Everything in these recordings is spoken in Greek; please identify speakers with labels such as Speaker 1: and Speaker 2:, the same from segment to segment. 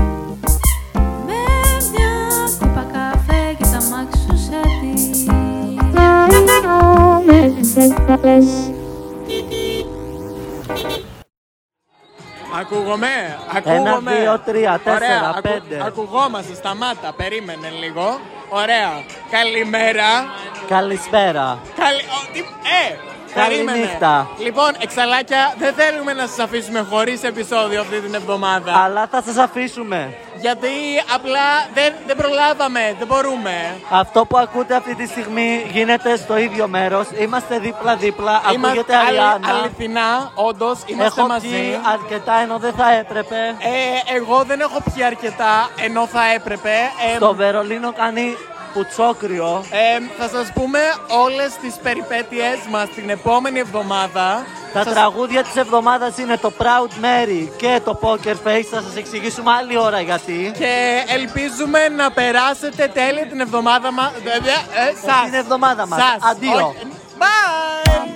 Speaker 1: Με μια κούπα καφέ και τα μάξι σου σε τη.
Speaker 2: Ακούγομαι,
Speaker 3: Ένα,
Speaker 2: ακούγομαι.
Speaker 3: δύο, τρία, τέσσερα,
Speaker 2: Ωραία,
Speaker 3: πέντε.
Speaker 2: ακουγόμαστε, σταμάτα, περίμενε λίγο. Ωραία. Καλημέρα.
Speaker 3: Καλησπέρα.
Speaker 2: Καλη... ο, τι- Ε, περίμενε.
Speaker 3: Καληνύχτα.
Speaker 2: Λοιπόν, εξαλάκια, δεν θέλουμε να σας αφήσουμε χωρίς επεισόδιο αυτή την εβδομάδα.
Speaker 3: Αλλά θα σας αφήσουμε.
Speaker 2: Γιατί απλά δεν, δεν προλάβαμε, δεν μπορούμε.
Speaker 3: Αυτό που ακούτε αυτή τη στιγμή γίνεται στο ίδιο μέρος. Είμαστε δίπλα-δίπλα. Ακούγεται
Speaker 2: αλη-
Speaker 3: Αριάννα.
Speaker 2: αληθινά, όντως είμαστε
Speaker 3: Έχω
Speaker 2: μαζί.
Speaker 3: πει αρκετά ενώ δεν θα έπρεπε.
Speaker 2: Ε, εγώ δεν έχω πιει αρκετά, ενώ θα έπρεπε. Ε,
Speaker 3: Το Βερολίνο κάνει πουτσόκριο.
Speaker 2: ε, θα σας πούμε όλες τις περιπέτειές μας την επόμενη εβδομάδα.
Speaker 3: Τα
Speaker 2: Σας-
Speaker 3: τραγούδια της εβδομάδας είναι το Proud Mary και το Poker Face. Θα σας εξηγήσουμε άλλη ώρα γιατί.
Speaker 2: Και ελπίζουμε να περάσετε τέλεια την εβδομάδα μας. Ε, ε, ε, σας.
Speaker 3: Την εβδομάδα μας.
Speaker 2: Σας.
Speaker 3: Αντίο.
Speaker 2: Όχι- ε, Bye.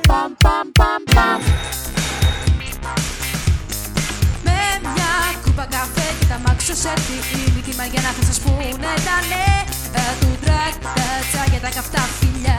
Speaker 1: Με μια κούπα καφέ και τα μάξι σου σε τη. Ηλικίμα για να θα σας πούνε τα νέα του drag, τα τσάκια, τα καυτά φιλιά.